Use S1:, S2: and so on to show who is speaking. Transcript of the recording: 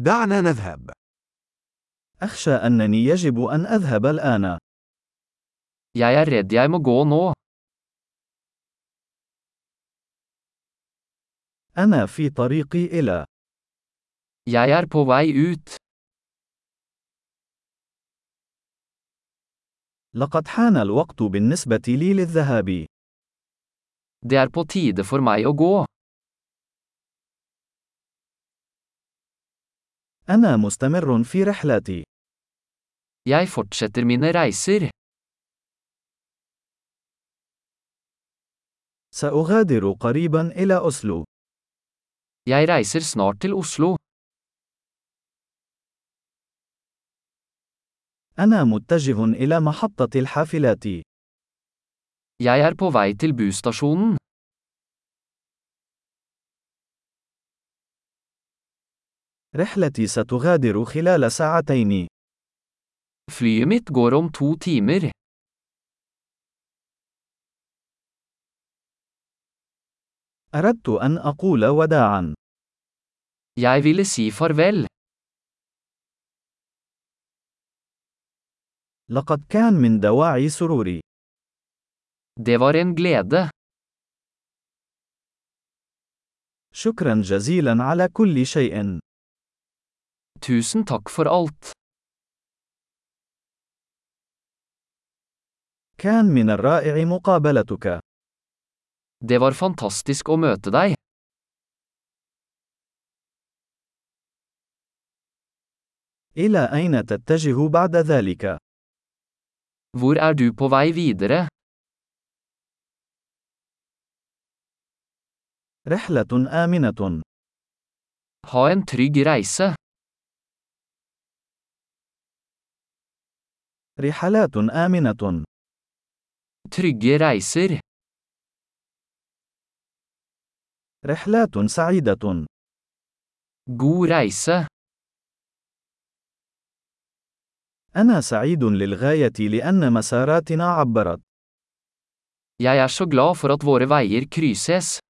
S1: دعنا نذهب.
S2: أخشى أنني يجب أن أذهب الآن.
S3: Jeg er redd jeg må gå nå.
S2: أنا في طريقي إلى.
S3: Jeg er på vei ut.
S2: لقد حان الوقت بالنسبة لي للذهاب.
S3: Det er på tide for meg å gå.
S2: أنا مستمر في رحلتي.
S3: Jeg fortsetter mine reiser.
S2: سأغادر قريبا إلى أوسلو.
S3: Jeg reiser snart til Oslo.
S2: أنا متجه إلى محطة الحافلات.
S3: Jeg er på vei til busstasjonen.
S2: رحلتي ستغادر خلال ساعتين.
S3: Flyet mitt går om to timer.
S2: أردت أن أقول وداعا.
S3: Jeg ville si farvel.
S2: لقد كان من دواعي سروري.
S3: Det var en glede.
S2: شكرا جزيلا على كل شيء.
S3: Tusen takk for alt.
S2: كان من الرائع مقابلتك.
S3: Det var fantastisk å møte deg.
S2: إلى أين تتجه بعد ذلك؟
S3: Hvor er du på vei videre?
S2: رحلة آمنة.
S3: Ha en trygg reise.
S2: رحلات آمنة.
S3: Trygge reiser.
S2: رحلات سعيدة.
S3: God reise.
S2: أنا سعيد للغاية لأن مساراتنا عبرت.
S3: Jeg er så glad for at våre veier krysses.